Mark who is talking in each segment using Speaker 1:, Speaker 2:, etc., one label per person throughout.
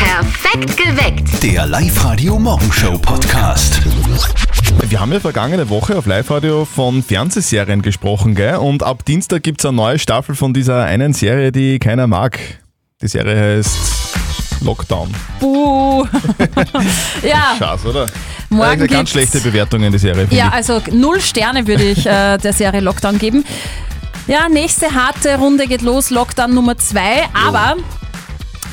Speaker 1: Perfekt geweckt.
Speaker 2: Der Live-Radio Morgenshow Podcast.
Speaker 3: Wir haben ja vergangene Woche auf Live-Radio von Fernsehserien gesprochen, gell? Und ab Dienstag gibt es eine neue Staffel von dieser einen Serie, die keiner mag. Die Serie heißt Lockdown.
Speaker 4: Buh. ja,
Speaker 3: Schade, oder?
Speaker 4: Ah. Morgen
Speaker 3: Eigentlich ganz
Speaker 4: gibt's-
Speaker 3: schlechte Bewertungen, die Serie. finde
Speaker 4: ja, also null Sterne würde ich äh, der Serie Lockdown geben. Ja, nächste harte Runde geht los, Lockdown Nummer 2. Aber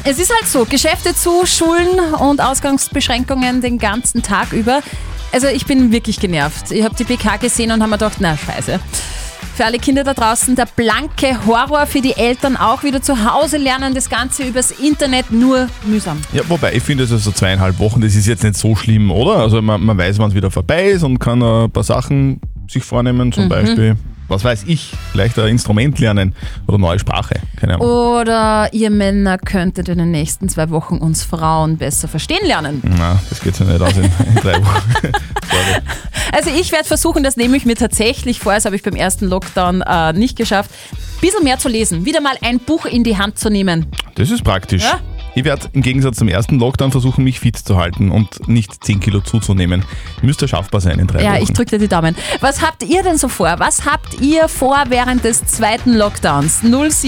Speaker 4: es ist halt so, Geschäfte zu, Schulen und Ausgangsbeschränkungen den ganzen Tag über. Also ich bin wirklich genervt. Ich habe die PK gesehen und habe mir gedacht, na scheiße. Für alle Kinder da draußen der blanke Horror, für die Eltern auch wieder zu Hause lernen, das Ganze übers Internet nur mühsam.
Speaker 3: ich. ja, wobei, ich finde, es ist so zweieinhalb Wochen, das ist jetzt nicht so schlimm, oder? Also man, man weiß, wann es wieder vorbei ist und kann ein paar Sachen sich vornehmen,
Speaker 4: Mhm.
Speaker 3: zum Beispiel, was weiß ich, vielleicht ein Instrument lernen oder neue Sprache. Keine
Speaker 4: Oh.
Speaker 3: Ahnung.
Speaker 4: Oder ihr Männer könntet in den nächsten zwei Wochen uns Frauen besser verstehen lernen.
Speaker 3: Na, das geht ja nicht aus in, in drei Wochen. Sorry.
Speaker 4: Also ich werde versuchen, das nehme ich mir tatsächlich vor, das habe ich beim ersten Lockdown äh, nicht geschafft, ein bisschen mehr zu lesen, wieder mal ein Buch in die Hand zu nehmen.
Speaker 3: Das ist praktisch.
Speaker 4: Ja.
Speaker 3: Ich werde im Gegensatz zum ersten Lockdown versuchen, mich fit zu halten und nicht 10 Kilo zuzunehmen. Müsste schaffbar sein in drei
Speaker 4: Ja,
Speaker 3: Wochen.
Speaker 4: ich drücke dir die Daumen. Was habt ihr denn so vor? Was habt ihr vor während des zweiten Lockdowns?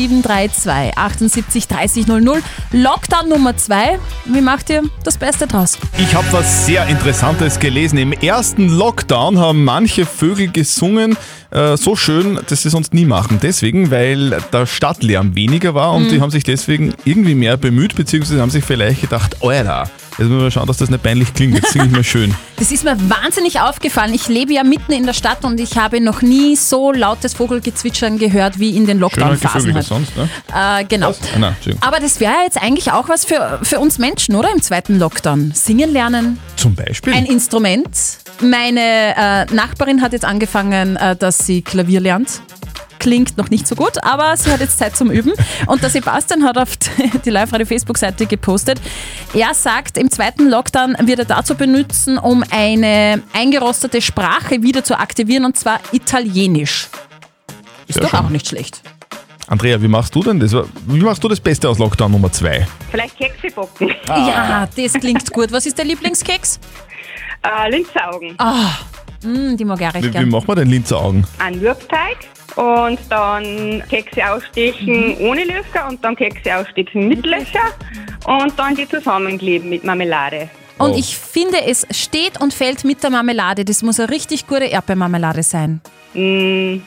Speaker 4: 0732 78 30 00. Lockdown Nummer 2. Wie macht ihr das Beste draus?
Speaker 3: Ich habe was sehr Interessantes gelesen. Im ersten Lockdown haben manche Vögel gesungen, äh, so schön, dass sie sonst nie machen. Deswegen, weil der Stadtlärm weniger war
Speaker 4: Mhm.
Speaker 3: und die haben sich deswegen irgendwie mehr bemüht, beziehungsweise haben sich vielleicht gedacht, Alter, jetzt müssen wir schauen, dass das nicht peinlich klingt. Jetzt singe ich mal schön.
Speaker 4: Das ist mir wahnsinnig aufgefallen. Ich lebe ja mitten in der Stadt und ich habe noch nie so lautes Vogelgezwitschern gehört wie in den
Speaker 3: Schöner Gevögel
Speaker 4: Lockdown-Phasen.
Speaker 3: als sonst, ne?
Speaker 4: Äh, genau.
Speaker 3: Was? Ah, nein, Entschuldigung.
Speaker 4: Aber das wäre jetzt eigentlich auch was für, für uns Menschen, oder? Im zweiten Lockdown. Singen lernen,
Speaker 3: Zum Beispiel.
Speaker 4: ein Instrument. Meine äh, Nachbarin hat jetzt angefangen, äh, dass sie Klavier lernt. Klingt noch nicht so gut, aber sie hat jetzt Zeit zum Üben. Und der Sebastian hat auf die Live-Radio-Facebook-Seite gepostet. Er sagt, im zweiten Lockdown wird er dazu benutzen, um eine eingerostete Sprache wieder zu aktivieren, und zwar Italienisch. Ist
Speaker 3: Sehr
Speaker 4: doch
Speaker 3: schön.
Speaker 4: auch nicht schlecht.
Speaker 3: Andrea, wie machst du denn das? Wie machst du das Beste aus Lockdown Nummer 2?
Speaker 5: Vielleicht Kekse backen.
Speaker 3: Ah.
Speaker 4: Ja, das klingt gut. Was ist der Lieblingskeks?
Speaker 5: Äh, Linzaugen.
Speaker 4: Hm, die mag ich auch recht
Speaker 3: Wie, wie
Speaker 4: gern. Ah,
Speaker 3: machen wir denn Linzer Augen?
Speaker 5: Ein Würbteig und dann Kekse ausstechen ohne Löcher und dann Kekse ausstechen mit Löcher und dann die zusammenkleben mit Marmelade.
Speaker 4: Und
Speaker 3: Oh.
Speaker 4: ich finde, es steht und fällt mit der Marmelade. Das muss eine richtig gute Erdbeermarmelade sein.
Speaker 5: Mm,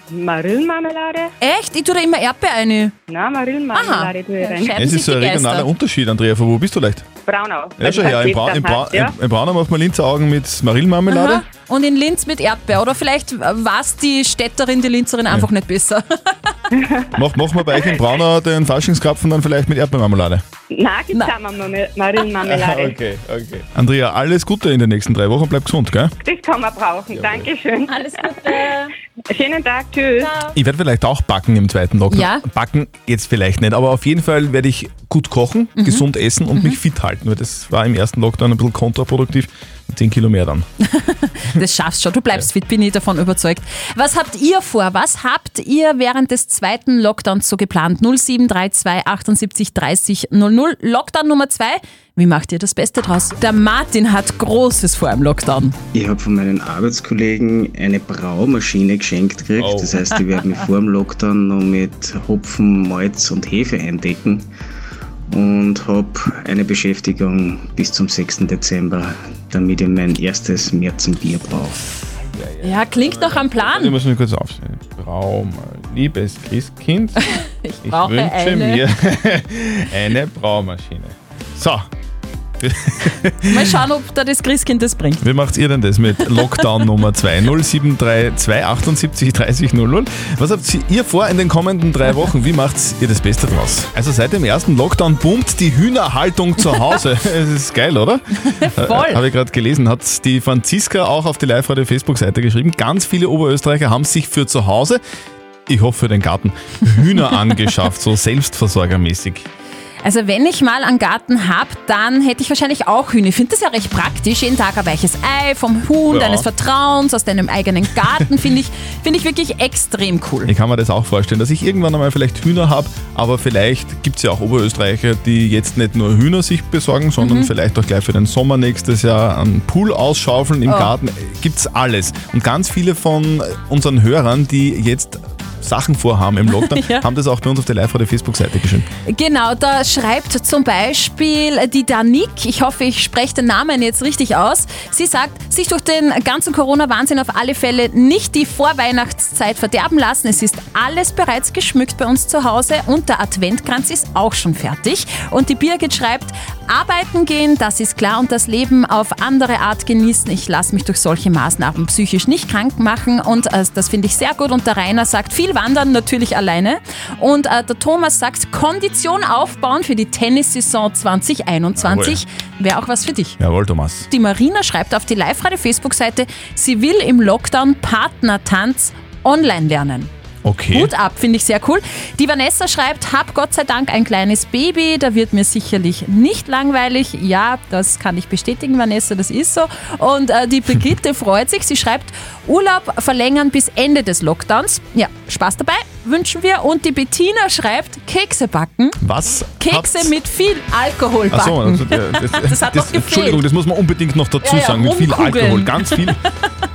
Speaker 5: Marillenmarmelade?
Speaker 4: Echt? Ich tue da immer Erdbeer eine.
Speaker 5: Nein, Marillenmarmelade tue ich rein.
Speaker 4: scheiben
Speaker 3: Es
Speaker 4: sich
Speaker 3: ist so
Speaker 4: die
Speaker 3: ein regionaler
Speaker 4: Geister.
Speaker 3: Unterschied, Andrea. Von wo bist du leicht?
Speaker 5: Braunau.
Speaker 3: Ja,
Speaker 5: Also
Speaker 3: schon her. Im,
Speaker 5: Pastete
Speaker 3: Bra im, Bra
Speaker 5: passt, ja.
Speaker 3: im, im Braunau macht man Linzer Augen mit Marillenmarmelade.
Speaker 4: Aha. Und in Linz mit Erdbeer. Oder vielleicht war es die Städterin, die Linzerin einfach nicht besser.
Speaker 3: Mach, machen wir bei euch im Braunau den Faschingskrapfen dann vielleicht mit Erdbeermarmelade.
Speaker 5: Nein, gibt's
Speaker 4: Nein.
Speaker 5: auch Marmel- Marillenmarmelade.
Speaker 3: okay. Andrea, alles Gute in den nächsten drei Wochen. Bleib gesund, gell?
Speaker 5: Das kann man brauchen. Dankeschön.
Speaker 4: Alles Gute.
Speaker 5: Schönen Tag. Tschüss.
Speaker 3: Ich werde vielleicht auch backen im zweiten Lockdown.
Speaker 4: Ja.
Speaker 3: Backen jetzt vielleicht nicht, aber auf jeden Fall werde ich gut kochen,
Speaker 4: Mhm.
Speaker 3: gesund essen und mich fit halten, weil das war im ersten Lockdown ein bisschen kontraproduktiv. 10 Kilo mehr dann.
Speaker 4: Das schaffst schon. Du bleibst fit, bin ich davon überzeugt. Was habt ihr vor? Was habt ihr während des zweiten Lockdowns so geplant? 0732 78 30 00. Lockdown Nummer 2. Wie macht ihr das Beste draus? Der Martin hat Großes vor im Lockdown.
Speaker 6: Ich habe von meinen Arbeitskollegen eine Braumaschine geschenkt gekriegt.
Speaker 3: Oh.
Speaker 6: Das heißt, ich werde mich vor dem Lockdown noch mit Hopfen, Malz und Hefe eindecken und habe eine Beschäftigung bis zum 6. Dezember, damit ich mein erstes Märzenbier brauche.
Speaker 4: Ja, klingt doch am
Speaker 3: Wir
Speaker 4: Plan.
Speaker 3: müssen kurz aufstehen. Braum, liebes Christkind, ich
Speaker 4: brauche
Speaker 3: wünsche
Speaker 4: eine.
Speaker 3: mir eine Braumaschine. So,
Speaker 4: Mal schauen, ob da das Christkind das bringt.
Speaker 3: wie macht ihr denn das mit Lockdown Nummer 2? 0732 78 30 00. Was habt ihr vor in den kommenden drei Wochen? Wie macht ihr das Beste draus? Also seit dem ersten Lockdown boomt die Hühnerhaltung zu Hause. Es ist geil, oder? Äh,
Speaker 4: Voll.
Speaker 3: Habe ich gerade gelesen, hat die Franziska auch auf die Live-Radio-Facebook-Seite geschrieben. Ganz viele Oberösterreicher haben sich für zu Hause, ich hoffe für den Garten, Hühner angeschafft, so selbstversorgermäßig.
Speaker 4: Also wenn ich mal einen Garten habe, dann hätte ich wahrscheinlich auch Hühner. Ich finde das ja recht praktisch. Jeden Tag ein weiches Ei vom Huhn
Speaker 3: Ja.
Speaker 4: deines Vertrauens aus deinem eigenen Garten finde ich, find ich wirklich extrem cool.
Speaker 3: Ich kann mir das auch vorstellen, dass ich irgendwann einmal vielleicht Hühner habe, aber vielleicht gibt es ja auch Oberösterreicher, die jetzt nicht nur Hühner sich besorgen,
Speaker 4: Mhm.
Speaker 3: sondern vielleicht auch gleich für den Sommer nächstes Jahr einen Pool ausschaufeln
Speaker 4: Oh.
Speaker 3: im Garten. Gibt's alles. Und ganz viele von unseren Hörern, die jetzt Sachen vorhaben im Lockdown,
Speaker 4: Ja.
Speaker 3: haben das auch bei uns auf der live radio Facebook-Seite geschrieben.
Speaker 4: Genau, da schreibt zum Beispiel die Danik, ich hoffe, ich spreche den Namen jetzt richtig aus. Sie sagt, sich durch den ganzen Corona-Wahnsinn auf alle Fälle nicht die Vorweihnachtszeit verderben lassen. Es ist alles bereits geschmückt bei uns zu Hause und der Adventkranz ist auch schon fertig. Und die Birgit schreibt, arbeiten gehen, das ist klar und das Leben auf andere Art genießen. Ich lasse mich durch solche Maßnahmen psychisch nicht krank machen und äh, das finde ich sehr gut. Und der Rainer sagt, viel wandern, natürlich alleine. Und äh, der Thomas sagt, Kondition aufbauen für die Tennissaison 2021 wäre auch was für dich.
Speaker 3: Jawohl, Thomas.
Speaker 4: Die Marina schreibt auf die Live-Radio-Facebook-Seite, sie will im Lockdown Partnertanz online lernen.
Speaker 3: Okay.
Speaker 4: Hut ab, finde ich sehr cool. Die Vanessa schreibt, hab Gott sei Dank ein kleines Baby, da wird mir sicherlich nicht langweilig. Ja, das kann ich bestätigen, Vanessa, das ist so. Und äh, die Brigitte freut sich, sie schreibt, Urlaub verlängern bis Ende des Lockdowns. Ja, Spaß dabei, wünschen wir. Und die Bettina schreibt, Kekse backen.
Speaker 3: Was?
Speaker 4: Kekse
Speaker 3: hat's-
Speaker 4: mit viel Alkohol backen.
Speaker 3: Achso, also der- das,
Speaker 4: Das hat noch gefehlt.
Speaker 3: Entschuldigung, das muss man unbedingt noch dazu
Speaker 4: Ja, ja,
Speaker 3: sagen, mit viel
Speaker 4: rumkugeln.
Speaker 3: Alkohol, ganz viel.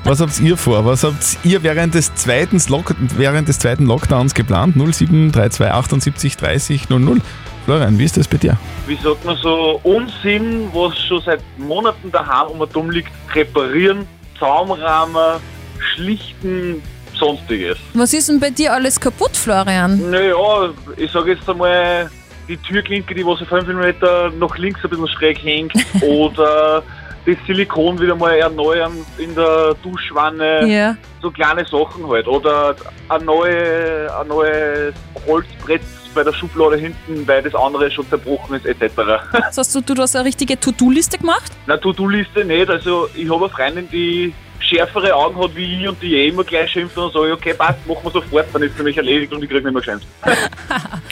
Speaker 3: Was habt ihr vor? Was habt ihr während des, zweiten Lock während des zweiten Lockdowns geplant? 0732 78 30 00. Florian, wie ist das bei dir?
Speaker 1: wie sagt man so, Unsinn, was schon seit Monaten daheim um dumm liegt, reparieren, Zaumrahmen, schlichten, sonstiges.
Speaker 4: Was ist denn bei dir alles kaputt, Florian?
Speaker 1: Naja, ich sage jetzt einmal, die Türklinke, die was so 5 mm nach links ein bisschen schräg hängt, oder das Silikon wieder mal erneuern in der
Speaker 3: Äh.
Speaker 1: Duschwanne,
Speaker 4: Ja.
Speaker 1: so kleine Sachen halt. Oder ein, neue, ein neues Holzbrett bei der Schublade hinten, weil das andere schon zerbrochen ist, etc.
Speaker 4: Das hast du, du hast eine richtige To-Do-Liste gemacht?
Speaker 1: Na, To-Do-Liste nicht. Also, ich habe eine Freundin, die schärfere Augen hat wie ich und die eh immer gleich schimpft und sage, okay, passt, machen wir sofort, dann ist für mich erledigt und ich krieg nicht mehr geschenkt.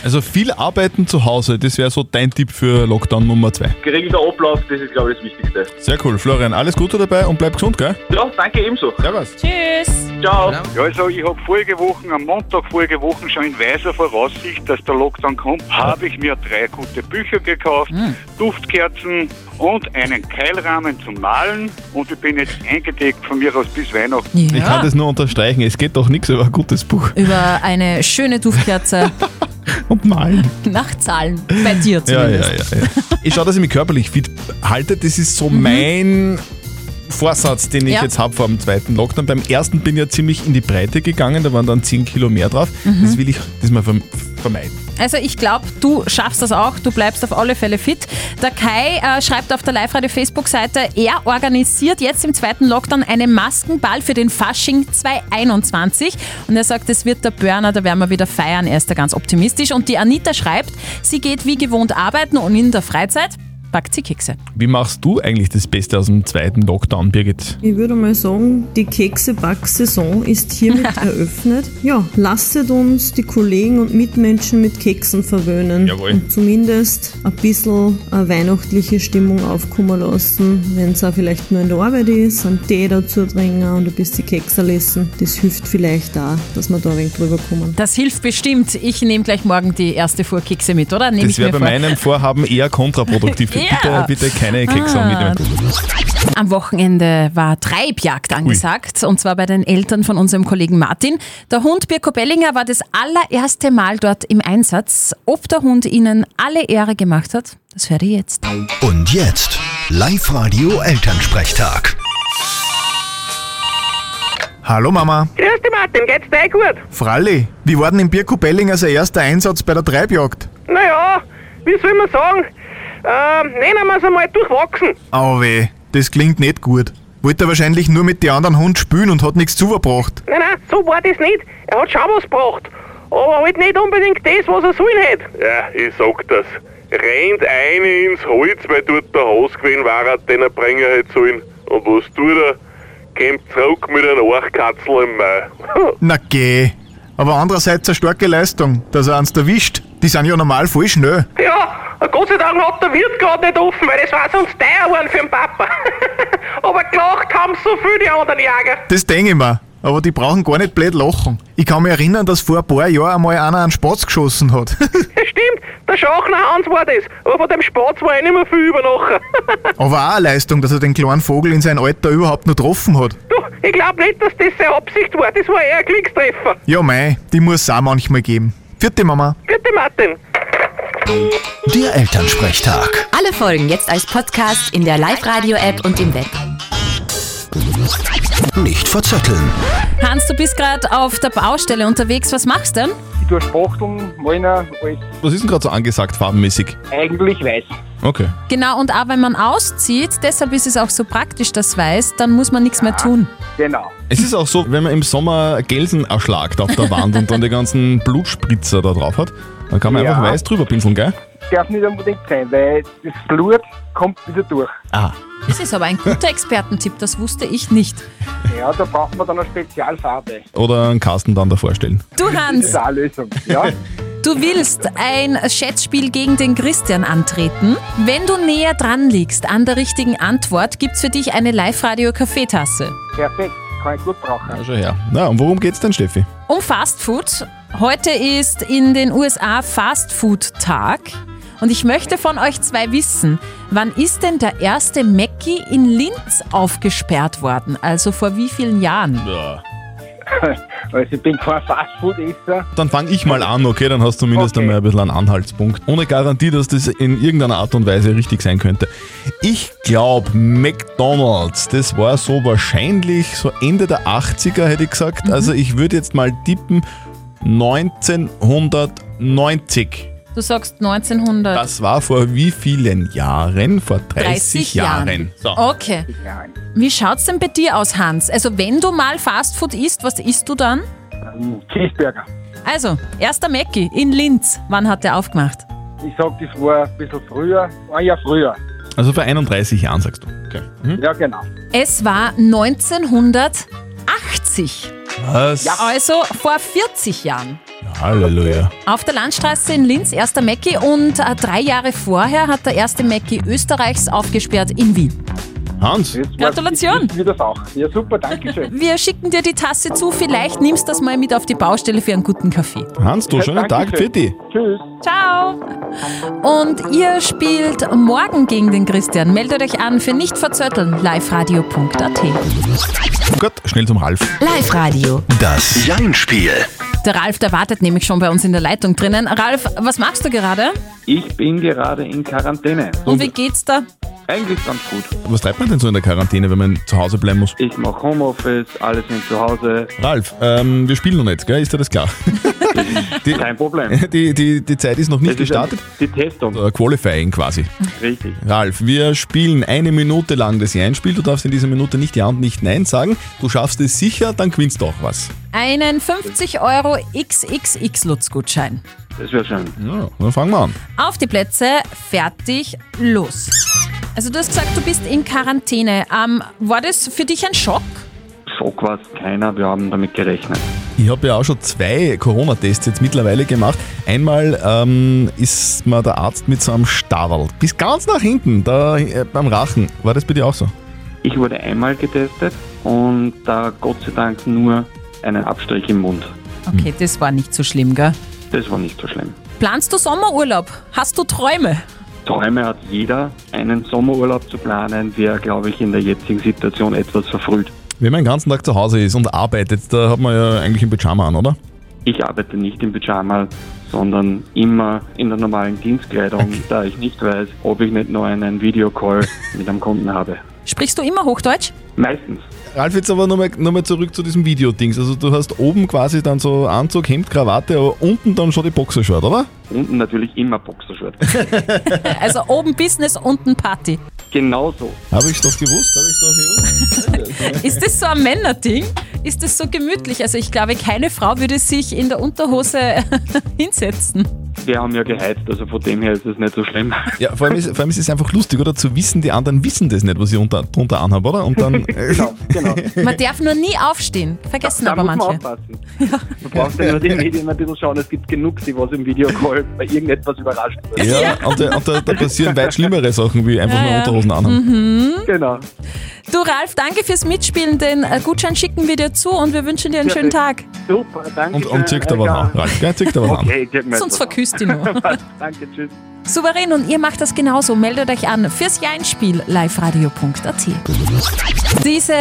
Speaker 3: Also viel arbeiten zu Hause, das wäre so dein Tipp für Lockdown Nummer 2.
Speaker 1: Geregelter Ablauf, das ist, glaube ich, das Wichtigste.
Speaker 3: Sehr cool, Florian, alles Gute dabei und bleib gesund, gell?
Speaker 1: Ja, danke ebenso.
Speaker 3: Servus.
Speaker 4: Tschüss.
Speaker 1: Ciao.
Speaker 7: Ja, also ich habe vorige Wochen, am Montag vorige Wochen schon in weiser Voraussicht, dass der Lockdown kommt, habe ich mir drei gute Bücher gekauft, Duftkerzen und einen Keilrahmen zum Malen und ich bin jetzt eingedeckt von mir aus bis Weihnachten.
Speaker 4: Ja.
Speaker 3: Ich kann das nur unterstreichen, es geht doch nichts über ein gutes Buch
Speaker 4: über eine schöne Duftkerze
Speaker 3: und malen.
Speaker 4: nachzahlen. Bei dir
Speaker 3: Ja,
Speaker 4: zumindest.
Speaker 3: ja, ja, ja. Ich schaue, dass ich mich körperlich fit halte. Das ist so mein Vorsatz, den ich
Speaker 4: Mhm. Ja.
Speaker 3: jetzt habe vor dem zweiten Lockdown. Beim ersten bin ich ja ziemlich in die Breite gegangen, da waren dann 10 Kilo mehr drauf.
Speaker 4: Mhm.
Speaker 3: Das will ich diesmal verm- vermeiden.
Speaker 4: Also ich glaube, du schaffst das auch, du bleibst auf alle Fälle fit. Der Kai äh, schreibt auf der Live-Radio-Facebook-Seite, er organisiert jetzt im zweiten Lockdown einen Maskenball für den Fasching 2021 und er sagt, es wird der Burner, da werden wir wieder feiern, er ist da ganz optimistisch. Und die Anita schreibt, sie geht wie gewohnt arbeiten und in der Freizeit backt sie Kekse.
Speaker 3: Wie machst du eigentlich das Beste aus dem zweiten Lockdown, Birgit?
Speaker 8: Ich würde mal sagen, die Kekseback-Saison ist hiermit eröffnet. Ja, lasset uns die Kollegen und Mitmenschen mit Keksen verwöhnen.
Speaker 3: Jawohl.
Speaker 8: Und zumindest ein bisschen eine weihnachtliche Stimmung aufkommen lassen, wenn es auch vielleicht nur in der Arbeit ist, einen Tee dazu trinken und ein bisschen Kekse lassen. Das hilft vielleicht auch, dass wir da ein wenig drüber kommen.
Speaker 4: Das hilft bestimmt. Ich nehme gleich morgen die erste Fuhr Kekse mit, oder? Nehm
Speaker 3: Das
Speaker 4: ich
Speaker 3: wäre
Speaker 4: mir
Speaker 3: bei
Speaker 4: vor.
Speaker 3: meinem Vorhaben eher kontraproduktiv.
Speaker 4: Ja. Ah.
Speaker 3: Bitte, bitte keine Kekse mitnehmen.
Speaker 4: Am Wochenende war Treibjagd angesagt, und zwar bei den Eltern von unserem Kollegen Martin. Der Hund Birko Bellinger war das allererste Mal dort im Einsatz. Ob der Hund ihnen alle Ehre gemacht hat, das hört ihr jetzt.
Speaker 2: Und jetzt Live-Radio Elternsprechtag.
Speaker 9: Hallo Mama.
Speaker 5: Grüß dich, Martin, geht's dir gut?
Speaker 9: Fralli, wie war denn in Birko Bellinger sein erster Einsatz bei der Treibjagd?
Speaker 5: Naja, wie soll man sagen? Ähm, nehmen wir es einmal durchwachsen.
Speaker 9: Au weh, das klingt nicht gut. Wollte er wahrscheinlich nur mit den anderen Hund spülen und hat nichts zuverbracht.
Speaker 5: Nein, nein, so war das nicht. Er hat schon was gebracht. Aber halt nicht unbedingt das, was er sollen hätte.
Speaker 10: Ja, ich sag das. Rennt eine ins Holz, weil dort der Haus gewesen war, den er bringen hätte sollen. Und was tut er? Kommt zurück mit einem Archkatzel im Mai.
Speaker 9: Na geh. Aber andererseits eine starke Leistung, dass er uns erwischt. Die sind ja normal voll schnell.
Speaker 11: Ja, Gott sei Dank hat der Wirt gerade nicht offen, weil das war sonst teuer geworden für den Papa. Aber gelacht haben so viel die anderen Jäger.
Speaker 9: Das denke ich mir. Aber die brauchen gar nicht blöd lachen. Ich kann mich erinnern, dass vor ein paar Jahren einmal einer einen Spatz geschossen hat.
Speaker 11: Stimmt, der Schachner Hans war das. Aber von dem Spatz war ich nicht mehr viel über nachher.
Speaker 9: Aber auch eine Leistung, dass er den kleinen Vogel in sein Alter überhaupt noch getroffen hat.
Speaker 11: Du, ich glaube nicht, dass das seine Absicht war. Das war eher ein Glückstreffer.
Speaker 9: Ja, mei, die muss es auch manchmal geben. Vierte Mama.
Speaker 11: Bitte, Martin.
Speaker 2: Der Elternsprechtag.
Speaker 12: Alle Folgen jetzt als Podcast in der Live-Radio-App und im Web.
Speaker 2: Nicht verzetteln.
Speaker 4: Hans, du bist gerade auf der Baustelle unterwegs. Was machst du denn?
Speaker 13: Ich tue Spachteln, Malner, alles
Speaker 3: Was ist denn gerade so angesagt farbenmäßig?
Speaker 13: eigentlich weiß.
Speaker 3: Okay.
Speaker 4: Genau, und auch wenn man auszieht, deshalb ist es auch so praktisch, das weiß, dann muss man nichts mehr tun.
Speaker 13: Genau.
Speaker 3: Es ist auch so, wenn man im Sommer Gelsen erschlagt auf der Wand und dann die ganzen Blutspritzer da drauf hat, dann kann man
Speaker 13: Ja.
Speaker 3: einfach weiß drüber pinseln, gell?
Speaker 13: Darf nicht unbedingt sein, weil das Blut kommt wieder durch.
Speaker 3: Ah.
Speaker 4: Das ist aber ein guter Expertentipp, das wusste ich nicht.
Speaker 13: Ja, da braucht man dann eine Spezialfarbe.
Speaker 3: Oder einen Kasten dann davor stellen.
Speaker 4: Du
Speaker 13: Das
Speaker 4: Hans,
Speaker 13: ist auch eine Lösung. Ja,
Speaker 4: du willst ein Schätzspiel gegen den Christian antreten. Wenn du näher dran liegst an der richtigen Antwort, gibt's für dich eine Live-Radio-Kaffeetasse.
Speaker 13: perfekt. Kann ich gut brauchen.
Speaker 3: Ja, schon her. Na, und worum geht's denn, Steffi?
Speaker 4: Um Fast Food. Heute ist in den USA Fast Food Tag. Und ich möchte von euch zwei wissen, wann ist denn der erste Mackie in Linz aufgesperrt worden? Also vor wie vielen Jahren?
Speaker 13: Also ich bin kein Fastfood-Esser.
Speaker 3: Dann fang ich mal an, okay? Dann hast du zumindest
Speaker 13: Okay.
Speaker 3: einmal ein bisschen einen Anhaltspunkt. Ohne Garantie, dass das in irgendeiner Art und Weise richtig sein könnte. Ich glaube, McDonalds, das war so wahrscheinlich so Ende der 80er, hätte ich gesagt. Also ich würde jetzt mal tippen 1990.
Speaker 4: Du sagst 1900.
Speaker 3: Das war vor wie vielen Jahren? Vor 30,
Speaker 4: 30
Speaker 3: Jahren.
Speaker 4: Jahren. Oh.
Speaker 3: So.
Speaker 4: Okay. Wie schaut's denn bei dir aus, Hans? Also wenn du mal Fastfood isst, was isst du dann?
Speaker 3: Mhm.
Speaker 13: Hm, Cheeseburger.
Speaker 4: Also, erster Mackie in Linz. Wann hat der aufgemacht?
Speaker 13: Ich sag, das war ein bisschen früher, ein Jahr früher.
Speaker 3: Also vor 31 Jahren, sagst du. Okay. Mhm.
Speaker 13: Ja, genau.
Speaker 4: Es war 1980.
Speaker 3: Was?
Speaker 4: Also vor 40 Jahren.
Speaker 3: Halleluja.
Speaker 4: Auf der Landstraße in Linz, erster Mäcki und äh, drei Jahre vorher hat der erste Mäcki Österreichs aufgesperrt in Wien.
Speaker 3: Hans,
Speaker 13: Jetzt war-
Speaker 4: Gratulation.
Speaker 13: Ich, ich, das auch. Ja, super, danke schön.
Speaker 4: Wir schicken dir die Tasse zu, vielleicht nimmst das mal mit auf die Baustelle für einen guten Kaffee.
Speaker 3: Hans, du, schönen Tag,
Speaker 13: Dankeschön.
Speaker 3: Pfitti.
Speaker 13: Tschüss.
Speaker 4: Ciao! Und ihr spielt morgen gegen den Christian. Meldet euch an für nicht verzötteln, liveradio.at.
Speaker 3: Gut, schnell zum Ralf.
Speaker 12: Live-Radio.
Speaker 2: Das Jein-Spiel.
Speaker 4: Der Ralf, der wartet nämlich schon bei uns in der Leitung drinnen. Ralf, was machst du gerade?
Speaker 6: Ich bin gerade in Quarantäne.
Speaker 4: Und wie geht's da?
Speaker 6: Eigentlich ganz gut.
Speaker 3: Was treibt man denn so in der Quarantäne, wenn man zu Hause bleiben muss?
Speaker 6: Ich mache Homeoffice, alles sind zu Hause,
Speaker 3: Ralf, ähm, wir spielen noch nicht, gell? Ist dir das klar? die,
Speaker 6: kein Problem.
Speaker 3: die, die, die Zeit ist noch nicht
Speaker 6: Das ist ein-
Speaker 3: gestartet.
Speaker 6: die Testung,
Speaker 3: Äh, Qualifying quasi.
Speaker 6: richtig.
Speaker 3: Ralf, wir spielen eine Minute lang das Jein-Spiel. Du darfst in dieser Minute nicht Ja und nicht Nein sagen. Du schaffst es sicher, dann gewinnst du auch was.
Speaker 4: Einen 50 Euro XXX-Lutz-Gutschein.
Speaker 6: Das wäre schön.
Speaker 3: Ja, dann fangen wir an.
Speaker 4: Auf die Plätze, fertig, los. Also du hast gesagt, du bist in Quarantäne. Ähm, war das für dich ein Schock?
Speaker 6: Schock war es keiner, wir haben damit gerechnet.
Speaker 3: Ich habe ja auch schon zwei Corona-Tests jetzt mittlerweile gemacht. Einmal ähm, ist mir der Arzt mit so einem Stavel bis ganz nach hinten, da äh, beim Rachen. War das bei dir auch so?
Speaker 6: Ich wurde einmal getestet und da Gott sei Dank nur einen Abstrich im Mund.
Speaker 4: Okay, das war nicht so schlimm, gell?
Speaker 6: Das war nicht so schlimm.
Speaker 4: Planst du Sommerurlaub? Hast du Träume?
Speaker 6: Träume hat jeder, einen Sommerurlaub zu planen, wäre, glaube ich, in der jetzigen Situation etwas verfrüht.
Speaker 3: Wenn man den ganzen Tag zu Hause ist und arbeitet, da hat man ja eigentlich ein Pyjama an, oder?
Speaker 6: Ich arbeite nicht im Pyjama, sondern immer in der normalen Dienstkleidung, da ich nicht weiß, ob ich nicht noch einen Videocall mit einem Kunden habe.
Speaker 4: Sprichst du immer Hochdeutsch?
Speaker 6: Meistens.
Speaker 3: Ralf, jetzt aber nochmal noch mal zurück zu diesem Videodings. Also du hast oben quasi dann so Anzug, Hemd, Krawatte, aber unten dann schon die Boxershort, oder?
Speaker 6: Unten natürlich immer Boxershort.
Speaker 4: Also oben Business, unten Party.
Speaker 6: Genauso.
Speaker 3: Habe ich doch gewusst, habe ich doch gewusst.
Speaker 4: Ist das so ein Männerding? Ist das so gemütlich? Also ich glaube, keine Frau würde sich in der Unterhose hinsetzen.
Speaker 14: Wir haben ja geheizt, also von dem her ist es nicht so schlimm.
Speaker 3: Ja, vor allem, ist, vor allem ist es einfach lustig, oder? Zu wissen, die anderen wissen das nicht, was ich unter, drunter anhabe, oder? Und dann. genau, genau.
Speaker 4: Man darf nur nie aufstehen. Vergessen
Speaker 14: Da- da
Speaker 4: aber
Speaker 14: muss man
Speaker 4: manche.
Speaker 14: aufpassen. Du brauchst ja nur die Medien ein bisschen schauen. Es gibt genug, die was im Videocall bei irgendetwas überrascht wird.
Speaker 3: Ja, und, da, und da, da passieren weit schlimmere Sachen, wie einfach
Speaker 4: Ja,
Speaker 3: nur
Speaker 4: ja.
Speaker 3: Unterhosen anhaben.
Speaker 4: Mhm.
Speaker 14: Genau.
Speaker 4: Du Ralf, danke fürs Mitspielen. Den äh, Gutschein schicken wir dir zu und wir wünschen dir einen schönen Tag.
Speaker 14: Super, danke.
Speaker 3: Und, und zirkt aber an. Ralf, gell? Zirkt aber an.
Speaker 14: Okay, geht mir
Speaker 4: Sonst verküsst ihn nur.
Speaker 14: Danke, tschüss.
Speaker 4: Souverän und ihr macht das genauso. Meldet euch an fürs Jeinspiel liveradio.at. Diese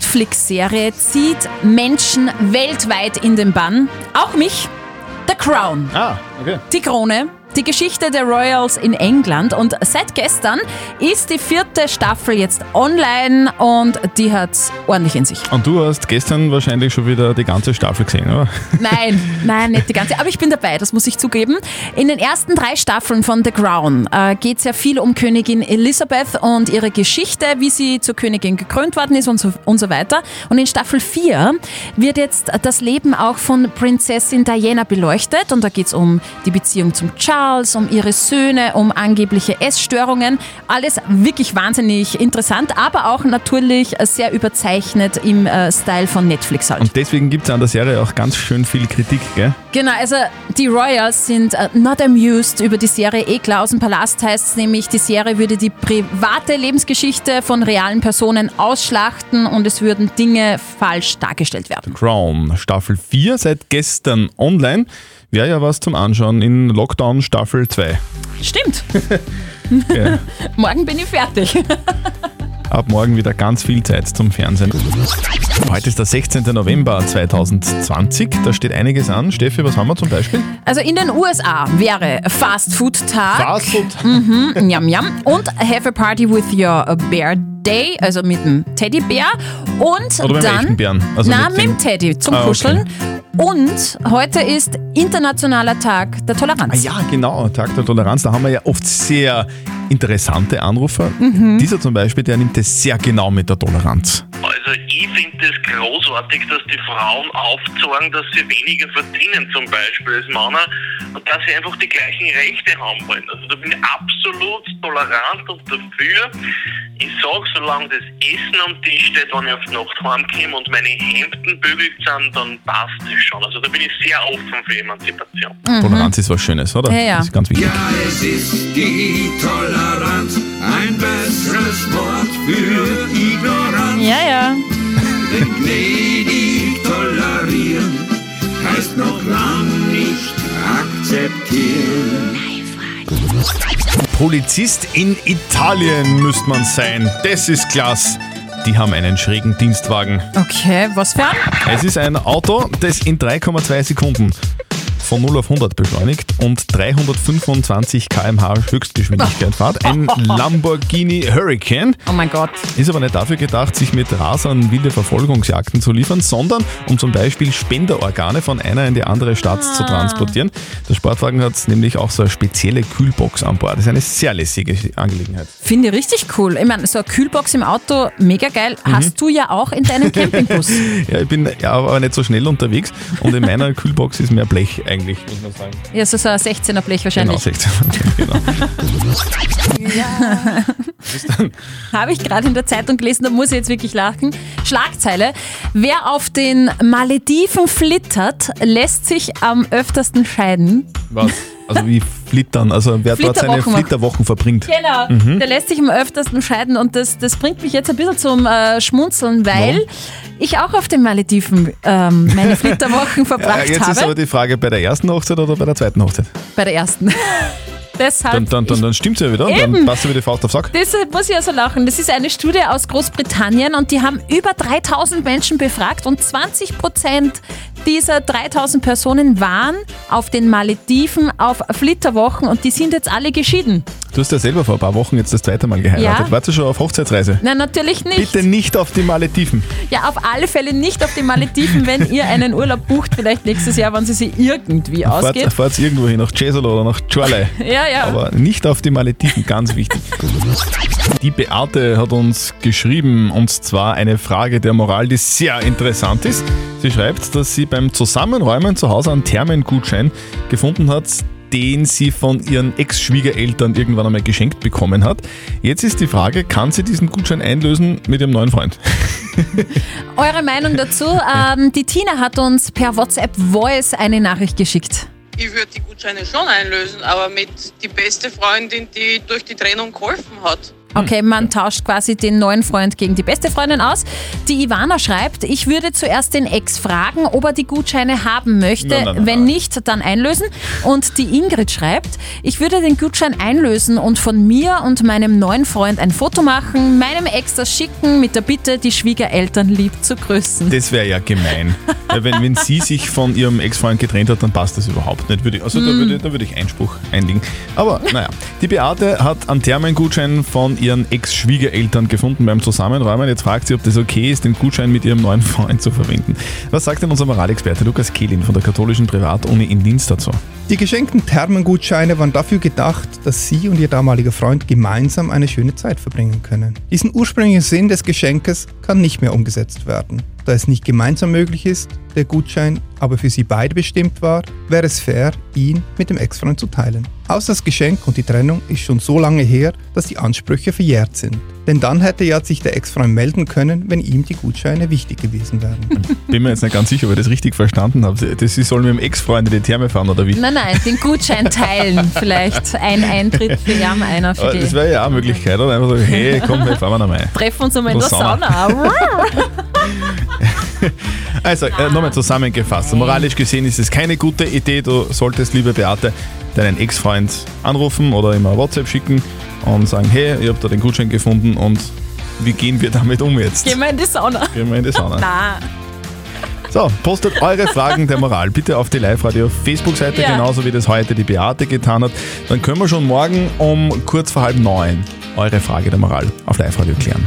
Speaker 4: Netflix-Serie zieht Menschen weltweit in den Bann. Auch mich. The Crown.
Speaker 3: Ah, okay.
Speaker 4: Die Krone. Die Geschichte der Royals in England. Und seit gestern ist die vierte Staffel jetzt online und die hat's ordentlich in sich.
Speaker 3: Und du hast gestern wahrscheinlich schon wieder die ganze Staffel gesehen, oder?
Speaker 4: Nein, nein, nicht die ganze. Aber ich bin dabei, das muss ich zugeben. In den ersten drei Staffeln von The Crown äh, geht es ja viel um Königin Elizabeth und ihre Geschichte, wie sie zur Königin gekrönt worden ist und so, und so weiter. Und in Staffel 4 wird jetzt das Leben auch von Prinzessin Diana beleuchtet. Und da geht es um die Beziehung zum Charles, um ihre Söhne, um angebliche Essstörungen. Alles wirklich wahnsinnig interessant, aber auch natürlich sehr überzeichnet im äh, Style von Netflix halt.
Speaker 3: Und deswegen gibt es an der Serie auch ganz schön viel Kritik, gell?
Speaker 4: Genau, also die Royals sind äh, not amused über die Serie. Eh klar, aus dem Palast heißt es nämlich, die Serie würde die private Lebensgeschichte von realen Personen ausschlachten und es würden Dinge falsch dargestellt werden.
Speaker 3: Crown, Staffel 4, seit gestern online. Wäre ja was zum Anschauen in Lockdown Staffel 2.
Speaker 4: Stimmt.
Speaker 3: Ja.
Speaker 4: Morgen bin ich fertig.
Speaker 3: Ab morgen wieder ganz viel Zeit zum Fernsehen. Heute ist der 16. November 2020. Da steht einiges an. Steffi, was haben wir zum Beispiel?
Speaker 4: Also in den USA wäre Fast Food Tag.
Speaker 3: Fast Food.
Speaker 4: Mhm, yum, yum. Und Have a Party with Your Bear Day, also mit dem Teddybär. Und
Speaker 3: Oder mit dem
Speaker 4: dann.
Speaker 3: echten Bären? Also
Speaker 4: na,
Speaker 3: mit
Speaker 4: mit
Speaker 3: dem-
Speaker 4: dem, Teddy zum
Speaker 3: Ah, okay.
Speaker 4: Kuscheln. Und heute ist Internationaler Tag der Toleranz.
Speaker 3: Ah ja, genau, Tag der Toleranz. Da haben wir ja oft sehr interessante Anrufer.
Speaker 4: Mhm.
Speaker 3: Dieser zum Beispiel, der nimmt es sehr genau mit der Toleranz.
Speaker 15: Also ich finde es großartig, dass die Frauen aufzeigen, dass sie weniger verdienen zum Beispiel als Männer und dass sie einfach die gleichen Rechte haben wollen. Also da bin ich absolut tolerant und dafür. Ich sage, solange das Essen am Tisch steht, wenn ich auf die Nacht heimkomme und meine Hemden bügelt sind, dann passt es schon. Also da bin ich sehr offen für Emanzipation.
Speaker 3: Toleranz ist was Schönes, oder?
Speaker 15: Mhm. Ja, ja.
Speaker 3: Das ist ganz wichtig.
Speaker 16: Es ist die Toleranz, ein besseres Wort für Ignoranz.
Speaker 4: Ja, ja.
Speaker 16: Denn gnädig tolerieren heißt noch lang nicht akzeptieren.
Speaker 3: Polizist in Italien müsste man sein. Das ist klasse. Die haben einen schrägen Dienstwagen.
Speaker 4: Okay, was für ein?
Speaker 3: Es ist ein Auto, das in 3,2 Sekunden von 0 auf 100 beschleunigt und 325 km/h Höchstgeschwindigkeit fährt. Ein Lamborghini Hurricane.
Speaker 4: Oh mein Gott.
Speaker 3: Ist aber nicht dafür gedacht, sich mit Rasern wilde Verfolgungsjagden zu liefern, sondern um zum Beispiel Spenderorgane von einer in die andere Stadt zu
Speaker 4: Ah.
Speaker 3: transportieren. Der Sportwagen hat nämlich auch so eine spezielle Kühlbox an Bord. Das ist eine sehr lässige Angelegenheit.
Speaker 4: Finde ich richtig cool. Ich meine, so eine Kühlbox im Auto, mega geil.
Speaker 3: Mhm.
Speaker 4: Hast du ja auch in deinem Campingbus.
Speaker 3: ja, ich bin ja, aber nicht so schnell unterwegs und in meiner Kühlbox ist mehr Blech eigentlich, muss man sagen.
Speaker 4: ja, so, so ein 16er Blech
Speaker 3: Genau,
Speaker 4: wahrscheinlich.
Speaker 3: 16. genau.
Speaker 4: Habe ich gerade in der Zeitung gelesen, da muss ich jetzt wirklich lachen. Schlagzeile. Wer auf den Malediven flittert, lässt sich am öftersten scheiden.
Speaker 3: Was? Also wie flittern, also wer dort seine
Speaker 4: Flitterwochen macht.
Speaker 3: Flitterwochen verbringt.
Speaker 4: Genau,
Speaker 3: Mhm.
Speaker 4: der lässt sich am öftersten scheiden und das, das bringt mich jetzt ein bisschen zum äh, Schmunzeln, weil
Speaker 3: Warum?
Speaker 4: ich auch auf den Malediven ähm, meine
Speaker 3: Ja,
Speaker 4: Flitterwochen verbracht
Speaker 3: jetzt ist aber
Speaker 4: habe.
Speaker 3: die Frage, bei der ersten Hochzeit oder bei der zweiten Hochzeit?
Speaker 4: Bei der ersten. Deshalb
Speaker 3: Dann, dann, dann, dann stimmt's ja wieder und dann
Speaker 4: Eben.
Speaker 3: passt du wieder die Faust auf den Sack.
Speaker 4: Deshalb muss ich also lachen. Das ist eine Studie aus Großbritannien und die haben über 3000 Menschen befragt und 20 Prozent dieser 3000 Personen waren auf den Malediven auf Flitterwochen und die sind jetzt alle geschieden.
Speaker 3: Du hast ja selber vor ein paar Wochen jetzt das zweite Mal geheiratet.
Speaker 4: Ja.
Speaker 3: Warst du schon auf Hochzeitsreise?
Speaker 4: Na, natürlich nicht.
Speaker 3: Bitte nicht auf die Malediven.
Speaker 4: Ja, auf alle Fälle nicht auf den Malediven, wenn ihr einen Urlaub bucht, vielleicht nächstes Jahr, wenn sie sich irgendwie
Speaker 3: Fahrt,
Speaker 4: ausgeht.
Speaker 3: fahrt irgendwo hin, nach Cesolo oder nach Chorley.
Speaker 4: Ja, ja.
Speaker 3: Aber nicht auf die Malediven, ganz wichtig. Die Beate hat uns geschrieben, und zwar eine Frage der Moral, die sehr interessant ist. Sie schreibt, dass sie beim Zusammenräumen zu Hause einen Thermengutschein gefunden hat, den sie von ihren Ex-Schwiegereltern irgendwann einmal geschenkt bekommen hat. Jetzt ist die Frage, kann sie diesen Gutschein einlösen mit ihrem neuen Freund?
Speaker 4: Eure Meinung dazu? Ähm, die Tina hat uns per WhatsApp Voice eine Nachricht geschickt.
Speaker 17: Ich würde die Gutscheine schon einlösen, aber mit die beste Freundin, die durch die Trennung geholfen hat.
Speaker 12: Hm.
Speaker 4: Okay, man tauscht quasi den neuen Freund gegen die beste Freundin aus. Die Ivana schreibt, ich würde zuerst den Ex fragen, ob er die Gutscheine haben möchte.
Speaker 12: Nein, nein, nein,
Speaker 4: Wenn nicht, dann einlösen. Und die Ingrid schreibt, ich würde den Gutschein einlösen und von mir und meinem neuen Freund ein Foto machen, meinem Ex das schicken mit der Bitte, die Schwiegereltern lieb zu grüßen.
Speaker 3: Das wäre ja gemein. Weil wenn, wenn sie sich von ihrem Ex-Freund getrennt hat, dann passt das überhaupt nicht. Würde ich, also da,
Speaker 4: Mm.
Speaker 3: würde, da würde ich Einspruch einlegen. Aber naja, die Beate hat einen Thermengutschein von ihren Ex-Schwiegereltern gefunden beim Zusammenräumen. Jetzt fragt sie, ob das okay ist, den Gutschein mit ihrem neuen Freund zu verwenden. Was sagt denn unser Moralexperte Lukas Kehlin von der katholischen Privatuni in Linz dazu?
Speaker 18: Die geschenkten Thermengutscheine waren dafür gedacht, dass Sie und Ihr damaliger Freund gemeinsam eine schöne Zeit verbringen können. Diesen ursprünglichen Sinn des Geschenkes kann nicht mehr umgesetzt werden. Da es nicht gemeinsam möglich ist, der Gutschein aber für Sie beide bestimmt war, wäre es fair, ihn mit dem Ex-Freund zu teilen. Außer das Geschenk und die Trennung ist schon so lange her, dass die Ansprüche verjährt sind. Denn dann hätte ja sich der Ex-Freund melden können, wenn ihm die Gutscheine wichtig gewesen wären.
Speaker 3: Bin mir jetzt nicht ganz sicher, ob ich das richtig verstanden habe. Das, sie sollen mit dem Ex-Freund in die Therme fahren oder wie?
Speaker 4: Nein, nein, den Gutschein teilen vielleicht. Ein Eintritt für Jam, einer für
Speaker 3: Aber
Speaker 4: die.
Speaker 3: Das wäre ja auch eine Möglichkeit, oder? Einfach so, hey, komm, wir fahren wir nochmal.
Speaker 4: Treffen uns einmal in der
Speaker 3: Oder Sauna.
Speaker 4: Sauna.
Speaker 3: Also, äh,
Speaker 4: Ah.
Speaker 3: nochmal zusammengefasst. Moralisch gesehen ist es keine gute Idee. Du solltest, liebe Beate, deinen Ex-Freund anrufen oder ihm eine WhatsApp schicken und sagen, hey, ich habe da den Gutschein gefunden und wie gehen wir damit um jetzt?
Speaker 4: Gehen wir in die Sauna.
Speaker 3: Gehen wir in die Sauna.
Speaker 4: Nein.
Speaker 3: So, postet eure Fragen der Moral bitte auf die Live-Radio-Facebook-Seite,
Speaker 4: Ja.
Speaker 3: genauso wie das heute die Beate getan hat. Dann können wir schon morgen um kurz vor halb neun eure Frage der Moral auf Live-Radio klären.